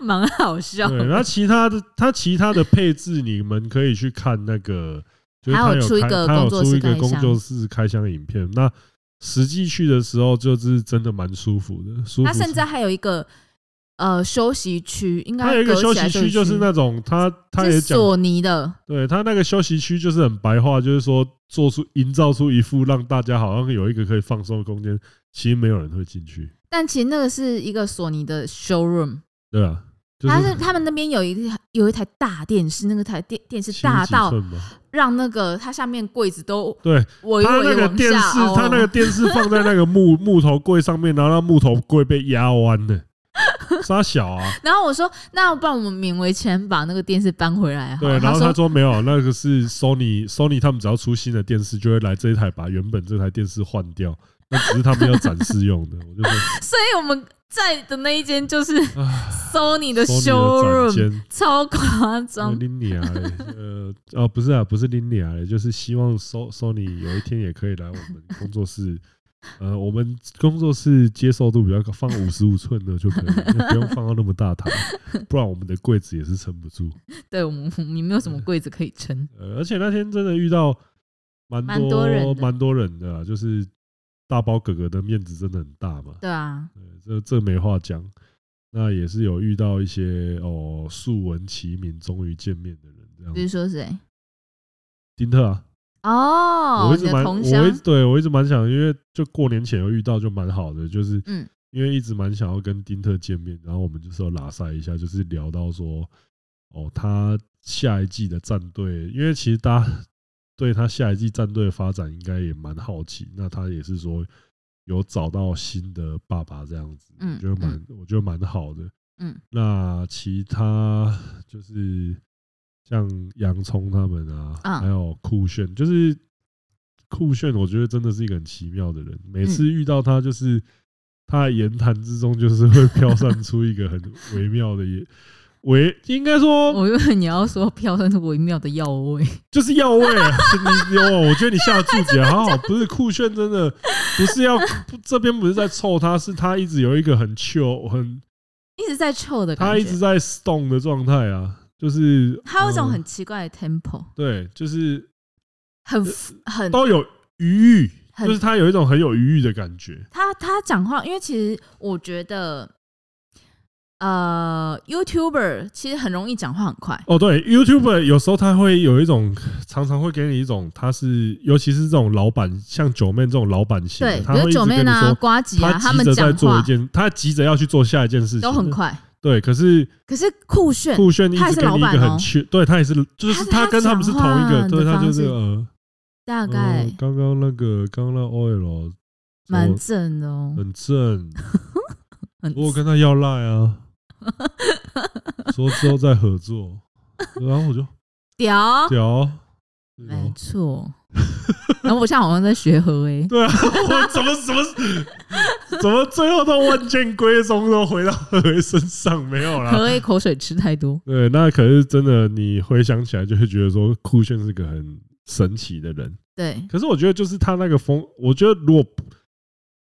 蛮好笑。
对，那其他的它其他的配置，你们可以去看那个，就是它
还有出一
开
个
它有
工作
出
室
一个
开
工
箱
作室开箱的影片。那实际去的时候，就是真的蛮舒服的，舒服
它
是。
甚至还有一个呃休息区，应该
它有一个
隔起
休
来
息区，就是那种它它也
是
讲，
索尼的，
对它那个休息区就是很白话，就是说做出营造出一副让大家好像有一个可以放松的空间，其实没有人会进去，
但其实那个是一个索尼的 showroom，
对吧？就
它是他们那边有一台有一台大电视，那个台电电视
七十
大
几
到
寸吧
让那个它下面柜子都
对，
微
他那
微
个
往
电视，
下哦凹。
他那个电视放在那个 木木头柜上面，然后那木头柜被压弯了，傻小 啊！
然后我说，那不然我们勉为其难把那个电视搬回来好
对，
了。
然后
哦他
他
说
说没有，那个是 Sony Sony 他们只要出新的电视，就会来这一台把原本这台电视换掉，那只是他们要展示用的。 我就说
所以我们在的那一间就是
唉
Sony
Sony 的
的
展
showroom，
间
超夸张。
拎你啊嘞，呃，哦，不是啊，不是拎你啊嘞，就是希望 So Sony 有一天也可以来我们工作室。 呃，我们工作室接受度比较高，放五十五寸的就可以 了，就不用放到那么大 台，不然我们的柜子也是撑不住。
对我们，我们没有什么柜子可以撑。
呃，而且那天真的遇到蛮
蛮多人的
蛮多人的啊，就是大包哥哥的面子真的很大嘛，
对啊，
呃这这没话讲。那也是有遇到一些哦，素闻其名，终于见面的人，这样
比
子
如说谁？
丁特啊，我
哦
一，直
你的
蛮，
同
我一
乡
直对我一直蛮想，因为就过年前有遇到就蛮好的，就是
嗯
因为一直蛮想要跟丁特见面，然后我们就是有拉塞一下，就是聊到说，哦，他下一季的战队，因为其实大家对他下一季战队的发展应该也蛮好奇，那他也是说有找到新的爸爸这样子，
嗯
我觉得蛮我觉得蛮好的，
嗯，
那其他就是像洋葱他们啊，
嗯
还有酷炫，就是酷炫，我觉得真的是一个很奇妙的人。每
嗯
次遇到他，就是他的言谈之中，就是会飘散出一个很微妙的也。微应该说
我以为你要说飘散出微妙的药味，
就是药味啊，你有，我觉得你下的注解好好，不是酷炫真的不是要不这边不是在臭他，是他一直有一个很 chill 很
一直在臭的感觉。
他一直在 stone 的状态啊，就是
它有一种
呃
很奇怪的 tempo，
对，就是
很很
呃都有余裕，
很
就是他有一种很有余裕的感觉。
他他讲话，因为其实我觉得，呃，YouTuber 其实很容易讲话很快，
哦，对，YouTuber 有时候他会有一种，常常会给你一种，他是尤其是这种老板，像九妹这种老板型的，
对，
他
比
会
如
一直
九妹
跟你
啊、
说，
瓜吉啊，
他
他
急
们
着在
讲
做一
话
件，他急着要去做下一件事情，
都很。快，
对，可是
可是酷炫
酷炫一
他也
直
是
给你
老
一
板
个很
哦
缺，对他也是，就是
他
跟他们是同一
讲
个，
话
对
的
他
方
就是
式
呃，
大
哦
概
刚刚那个哦刚刚那 OL
蛮正的哦，
很正，呃
很
我有跟他要赖啊，说之后再合作，然后我就
屌，
屌，
没 错。然后我现在好像在学和诶，
对啊， 我怎么怎么怎么最后都万箭归宗，都回到何为身上没有啦。
和诶口水吃太多，
对，那可是真的，你回想起来就会觉得说酷炫是个很神奇的人。
对，
可是我觉得就是他那个风，我觉得如果不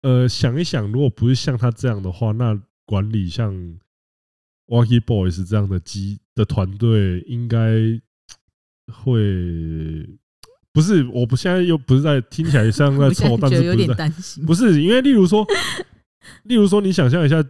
呃想一想，如果不是像他这样的话，那管理像 Wacky Boys 这样的机的团队，应该会不是，我不现在又不是在听起来像在
我现
凑，
在
但
觉
是
得有
不是
点
在，
担心。
不是因为例如说， 例如说，你想象一下，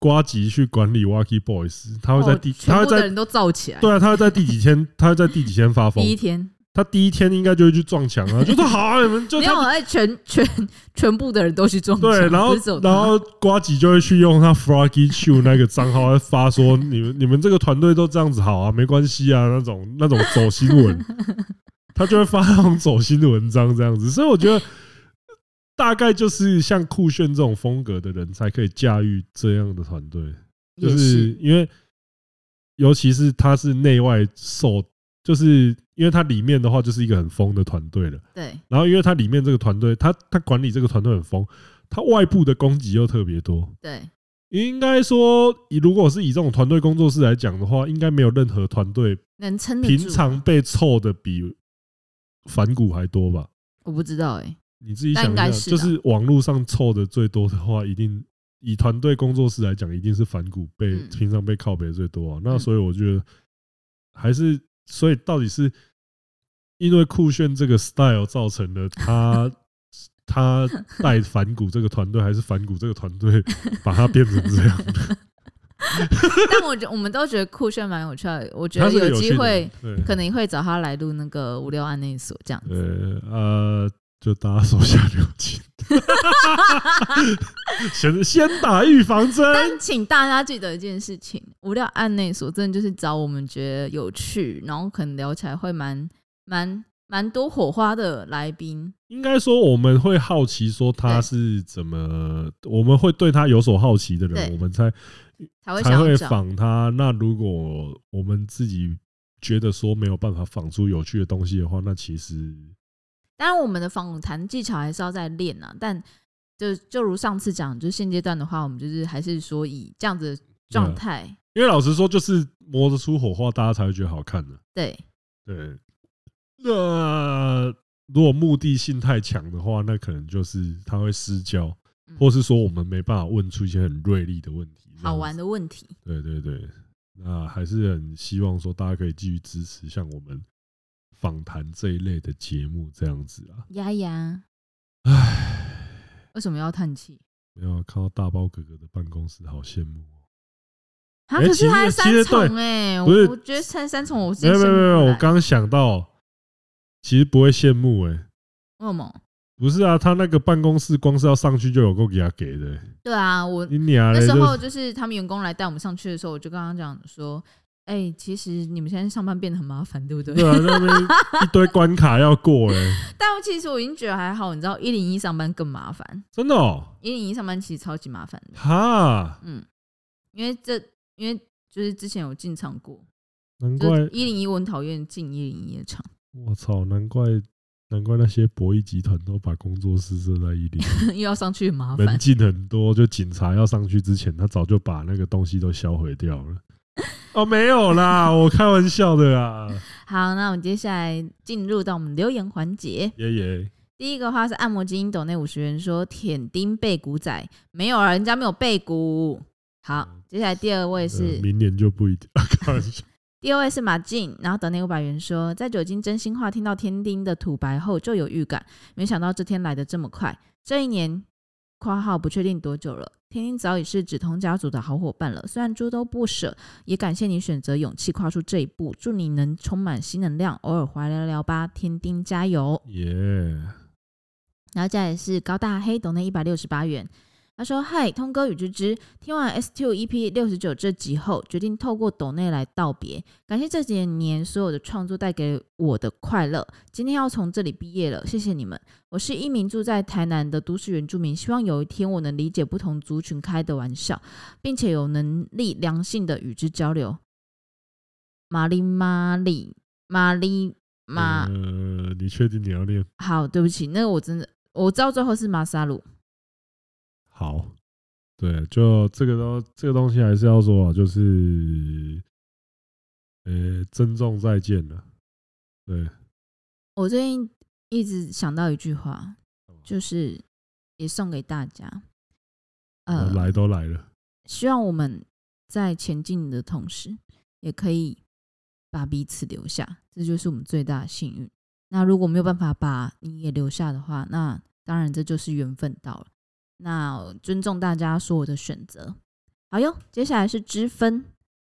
瓜吉去管理 Wacky Boys，他会在
哦
第，
全
他会
部的
在
人都燥起来。
对啊，他会在第几天， 他会在第几天发疯
第，一天
他第一天应该就会去撞墙啊，就说 好啊，你们就
没
他
有，哎，全全 全部的人都去撞墙，
对，然后
不是只有他
然后瓜吉就会去用他 Froggy Chew 那个账号来发说你们你们这个团队都这样子好啊，没关系啊那种那种走心 文，他就会发那种走心的文章这样子，所以我觉得大概就是像酷炫这种风格的人才可以驾驭这样的团队，就
也是
因为尤其是他是内外受，就是因为他里面的话就是一个很疯的团队了。
对
然后因为他里面这个团队，他他管理这个团队很疯，他外部的攻击又特别多。
对
应该说，以如果是以这种团队工作室来讲的话，应该没有任何团队
能撑得
平
住。
常被凑的比反骨还多吧？
我不知道哎，
你自己
那
想
应
一
该
下，
是
就
啊啦
是网络上凑的最多的话，一定以团队工作室来讲，一定是反骨被
嗯
平常被靠北最多啊。那
嗯
所以我觉得还是，所以到底是因为酷炫这个 style 造成了 他他带反骨这个团队，还是反骨这个团队把他变成这样？
但我觉我们都觉得酷炫蛮有趣的，我觉
他
得
是个
机
趣的
会
人对
可能会找他来录那个无聊案内所这样子。
呃呃，就大家手下留 情，先先打预防针。
但请大家记得一件事情：无聊案内所真的就是找我们觉得有趣，然后可能聊起来会蛮蛮蛮多火花的来宾。
应该说，我们会好奇说他
对
是怎么，我们会对他有所好奇的人，
对
我们才
才会想
才
要
会
找
仿他。那如果我们自己觉得说没有办法仿出有趣的东西的话，那其实
当然，我们的访谈技巧还是要再练啊。但就就如上次讲，就是现阶段的话，我们就是还是说以这样子的
嗯
状态，
因为老实说，就是磨得出火花，大家才会觉得好看的。
对
对，那如果目的性太强的话，那可能就是他会失焦，
嗯
或是说我们没办法问出一些很锐利的问题。
好玩的问题。
对对对，那还是很希望说大家可以继续支持像我们访谈这一类的节目这样子啊。
丫丫
唉，
为什么要叹气？
没有啊看到大包哥哥的办公室，好羡慕哦。
啊，
哎
可
其
是
实
他在
其
三
实对
重哎、
不是
我我觉得三三重我是
没有没
羡
有
慕
没有，
不
我
来
刚想到，其实不会羡慕哎、
为什么？
不是啊，他那个办公室光是要上去就有够给他给的欸、
对啊，我
你娘嘞！
那时
这
候就是他们员工来带我们上去的时候，我就跟他讲说：“哎、其实你们现在上班变得很麻烦，对不对？”
对啊，那边一堆关卡要过哎、
但其实我已经觉得还好，你知道一零一上班更麻烦，
真的哦、
一零一上班其实超级麻烦的，
哈，
嗯，因为这因为就是之前有进场过，
难
就
怪
一零一我很讨厌进一零一的场，
我操，难怪难怪那些博弈集团都把工作室设在一零，
又要上去很麻
门
烦。
禁很多，就警察要上去之前，他早就把那个东西都销毁掉了。 哦，没有 啦，我开玩笑的啊啦，
好，那我们接下来进入到我们留言环节。
爷爷，
第一个话是按摩基因抖内五十元说舔丁背骨仔，没有啊，人家没有背骨。好，接下来第二位
呃
是
明年就不一定， 开玩笑，
第二位是马静，然后等那五百元说，在酒精真心话听到天丁的吐白后就有预感，没想到这天来的这么快。这一年（括号不确定多久了），天丁早已是止痛家族的好伙伴了。虽然诸多不舍，也感谢你选择勇气跨出这一步。祝你能充满新能量，偶尔回来聊聊吧，天丁加油！
耶、
然后再来是高大黑，懂那一百六十八元。他说：“嗨，通哥与芝芝，听完 S Two EP 六十九这集后，决定透过抖内来道别，感谢这几年所有的创作带给我的快乐。今天要从这里毕业了，谢谢你们。我是一名住在台南的都市原住民，希望有一天我能理解不同族群开的玩笑，并且有能力良性的与之交流。玛丽玛丽玛丽玛。
呃，你确定你要练
好，对不起，那个我真的我知道最后是马萨鲁，
好，对，就这个东这个东西还是要说啊，就是，呃、珍重再见了。对，
我最近一直想到一句话，就是也送给大家，呃，
来都来了，
希望我们在前进的同时，也可以把彼此留下，这就是我们最大的幸运。那如果没有办法把你也留下的话，那当然这就是缘分到了。那尊重大家所有的选择。好哟，接下来是知分，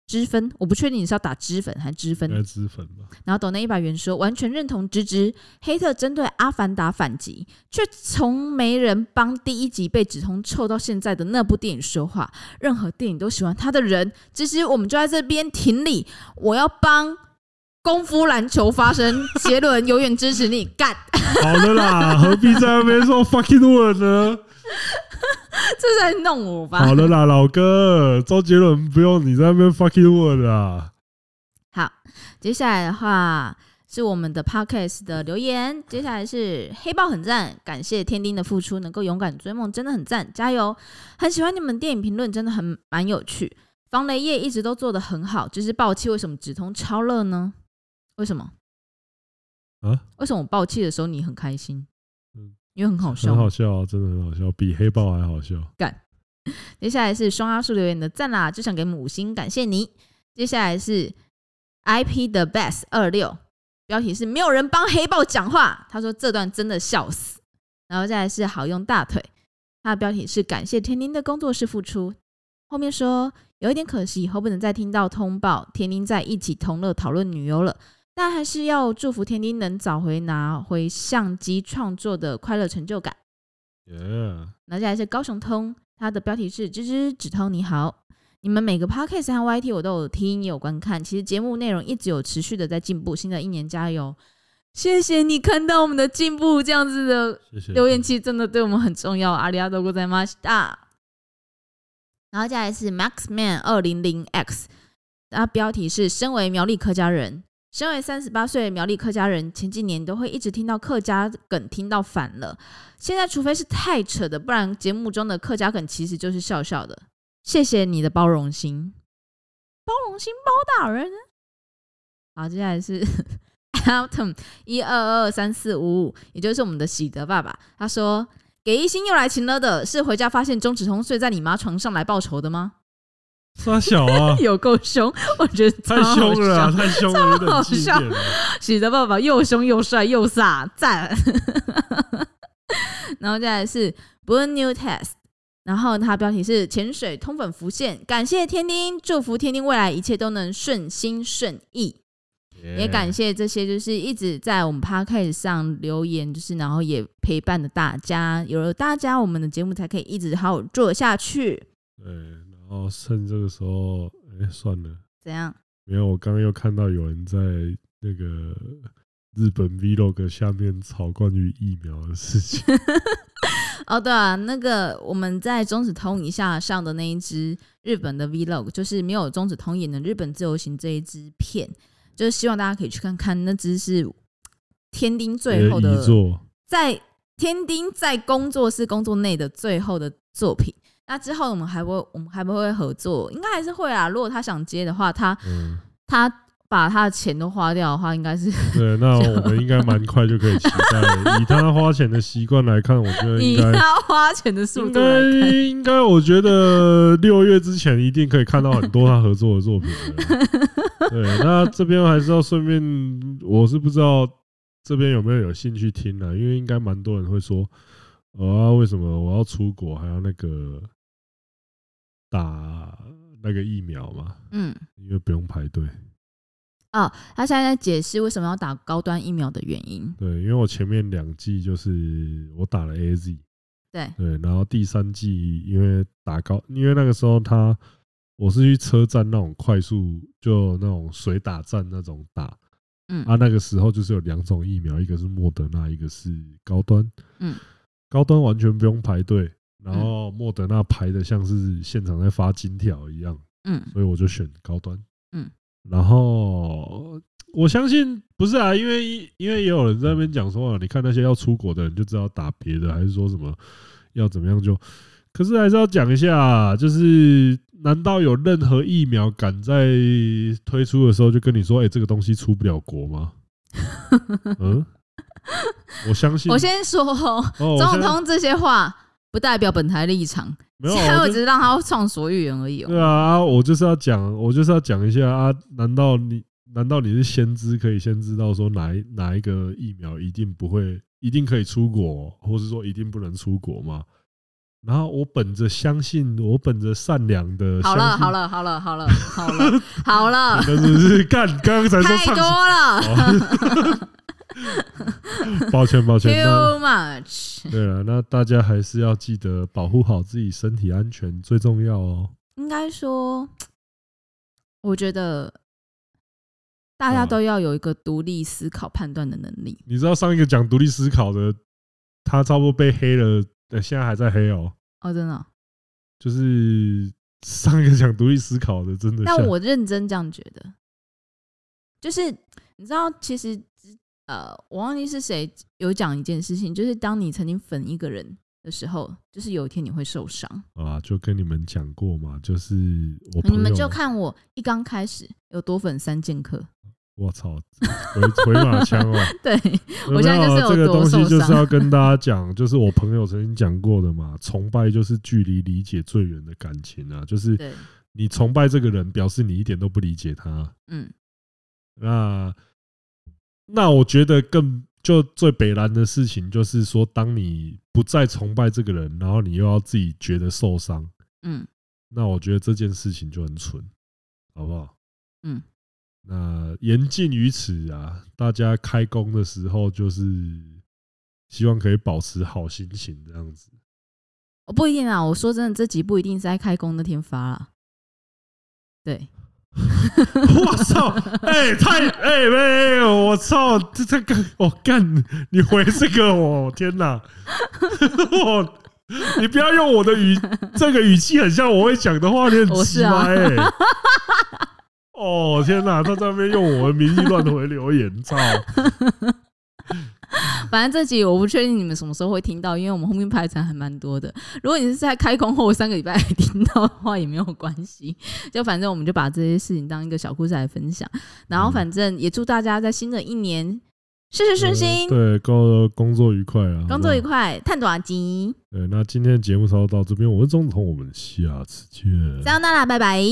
知分，我不确定你是要打知粉还是知分
应。该脂粉吧？
然后抖内一百元说，完全认同芝芝，黑特针对阿凡达反击，却从没人帮第一集被指控臭到现在的那部电影说话。任何电影都喜欢他的人，芝芝，我们就在这边挺你，我要帮功夫篮球发声，杰伦永远支持你，干！
好了啦，何必在那边说 fucking word 呢？
这是在弄我吧？
好了啦，老哥，周杰伦不用你在那边 fucking word 啊。
好，接下来的话是我们的 podcast 的留言，接下来是黑豹很赞，感谢天丁的付出，能够勇敢追梦，真的很赞，加油！很喜欢你们电影评论，真的很蛮有趣。防雷业一直都做得很好，就是爆气为什么只通超热呢？为什么？
啊？
为什么我爆气的时候你很开心？
嗯
因为很好笑
很。好笑啊，真的很好笑，比黑豹还好笑。
接下来是双阿叔留言的赞啦，就想给我们五星，感谢你。接下来是 IP 的 best 二六，标题是没有人帮黑豹讲话，他说这段真的笑死。然后再来是好用大腿，他的标题是感谢天宁的工作室付出。后面说有一点可惜，以后不能再听到通报天宁在一起同乐讨论女优了，但还是要祝福天宁能找回拿回相机创作的快乐成就感。
Yeah，
然后接下来是高雄通，它的标题是“芝芝止通你好”。你们每个 podcast 和 YT 我都有听，也有观看。其实节目内容一直有持续的在进步，新的一年加油！谢谢你看到我们的进步，这样子的
谢谢。
留言其实真的对我们很重要。阿里阿多ございました。然后接下来是 Maxman 二零零 X，它标题是“身为苗栗客家人”。身为三十八岁的苗栗客家人，前几年都会一直听到客家梗，听到烦了。现在除非是太扯的，不然节目中的客家梗其实就是笑笑的。谢谢你的包容心，包容心包大人啊。好，接下来是 Autumn 一二二三四五五，也就是我们的喜德爸爸。他说：“给一星又来勤了的，是回家发现钟子通睡在你妈床上来报仇的吗？
傻小
，
啊
有够凶，我觉得
太
超好
凶了啊，
笑！
太凶了，有点气
超好
点啊。
喜德爸爸又凶又帅又飒，赞。 然后再来是 Burn New Test，然后它标题是“潜水通粉浮现”，感谢天丁，祝福天丁未来一切都能顺心顺意。也感谢这些就是一直在我们 podcast 上留言，就是然后也陪伴着大家，有了大家，我们的节目才可以一直好好做下去。
对，然后趁这个时候，哎、算了，
怎样？
没有，我刚刚又看到有人在那个日本 Vlog 下面吵关于疫苗的事情。
哦，对啊，那个我们在中指通一下上的那一支日本的 vlog，就是没有中指通演的日本自由行这一支片，就是希望大家可以去看看，那支是天丁最后
遗
的
作，
在天丁在工作室工作内的最后的作品。那之后我们还会，我们还不会合作，应该还是会啦。如果他想接的话，他
嗯，
他把他的钱都花掉的话，应该是
对，那我们应该蛮快就可以期待了。以他花钱的习惯来看，我觉 得
以
应该。
他花钱的速
应
度来
该
看。
应该，我觉得六月之前一定可以看到很多他合作的作品了。对，那这边还是要顺便，我是不知道这边有没有有兴趣听啊，因为应该蛮多人会说，啊，为什么我要出国还要那个打那个疫苗嘛？
嗯，
因为不用排队。
哦，他现在在解释为什么要打高端疫苗的原因。
对，因为我前面两季就是我打了 AZ，
对，
对，然后第三季因为打高，因为那个时候他我是去车站那种快速，就那种水打站那种打
嗯，
啊。那个时候就是有两种疫苗，一个是莫德纳，一个是高端。
嗯，
高端完全不用排队，然
嗯
后莫德纳排的像是现场在发金条一样，
嗯，
所以我就选高端。
嗯，
然后我相信不是啊，因为因为也有人在那边讲说啊，你看那些要出国的人就知道打别的，还是说什么要怎么样就。可是还是要讲一下，啊就是难道有任何疫苗敢在推出的时候就跟你说，哎、这个东西出不了国 吗？嗯，我相信。
我先说哦，
哦，我
总
先
统通这些话不代表本台立场，
没有，啊
现在
我
我
就
只是让他畅所欲言而已哦。
啊对啊，啊我就是要讲，我就是要讲一下啊！难道你难道你是先知，可以先知道说哪一哪一个疫苗一定不会，一定可以出国，或是说一定不能出国吗？然后我本着相信，我本着善良的，
好了，好，了，好了，好了，好了，好了，
但是是干，刚刚才说
太
唱
多了
哦抱歉，抱歉，那
，too much。
对了，那大家还是要记得保护好自己身体安全最重要哦。
应该说，我觉得大
啊
家都要有一个独立思考、判断的能力。
你知道上一个讲独立思考的，他差不多被黑了，呃，现在还在黑哦。
哦，真的哦、
就是上一个讲独立思考的，真的像，
但我认真这样觉得，就是你知道，其实呃，我忘记是谁有讲一件事情，就是当你曾经粉一个人的时候，就是有一天你会受伤。
啊，就跟你们讲过嘛，就是我朋
你
友，
们就看我一刚开始有多粉三剑客，
我操，回回马枪哦。
对，我
有没
现在就是有
这个
多
东西
受
就是
伤
要跟大家讲，就是我朋友曾经讲过的嘛，崇拜就是距离理解最远的感情啊，就是
对，
你崇拜这个人，表示你一点都不理解他。
嗯，
那那我觉得更就最北蓝的事情，就是说，当你不再崇拜这个人，然后你又要自己觉得受伤，
嗯，
那我觉得这件事情就很蠢，好不好？
嗯，
那言尽于此啊，大家开工的时候就是希望可以保持好心情，这样子。
我不一定啊。我说真的，这集不一定是在开工那天发了。对，
我操！哎、太哎没有，我操！这这个我干，你回这个我天哪！我你不要用我的语，这个语气很像我会讲的话，你很
我
奇
是啊
葩哎、哦天哪，他在那边用我的名义乱回留言，操！
反正这集我不确定你们什么时候会听到，因为我们后面排程还蛮多的。如果你是在开工后三个礼拜才听到的话，也没有关系。就反正我们就把这些事情当一个小故事来分享。然后
嗯
反正也祝大家在新的一年事事顺心，
对，工工作愉快啊，
工作愉
快。
快，探短集，
对，那今天的节目差不多到这边，我是钟子彤，我们下次见，
再见啦，拜拜。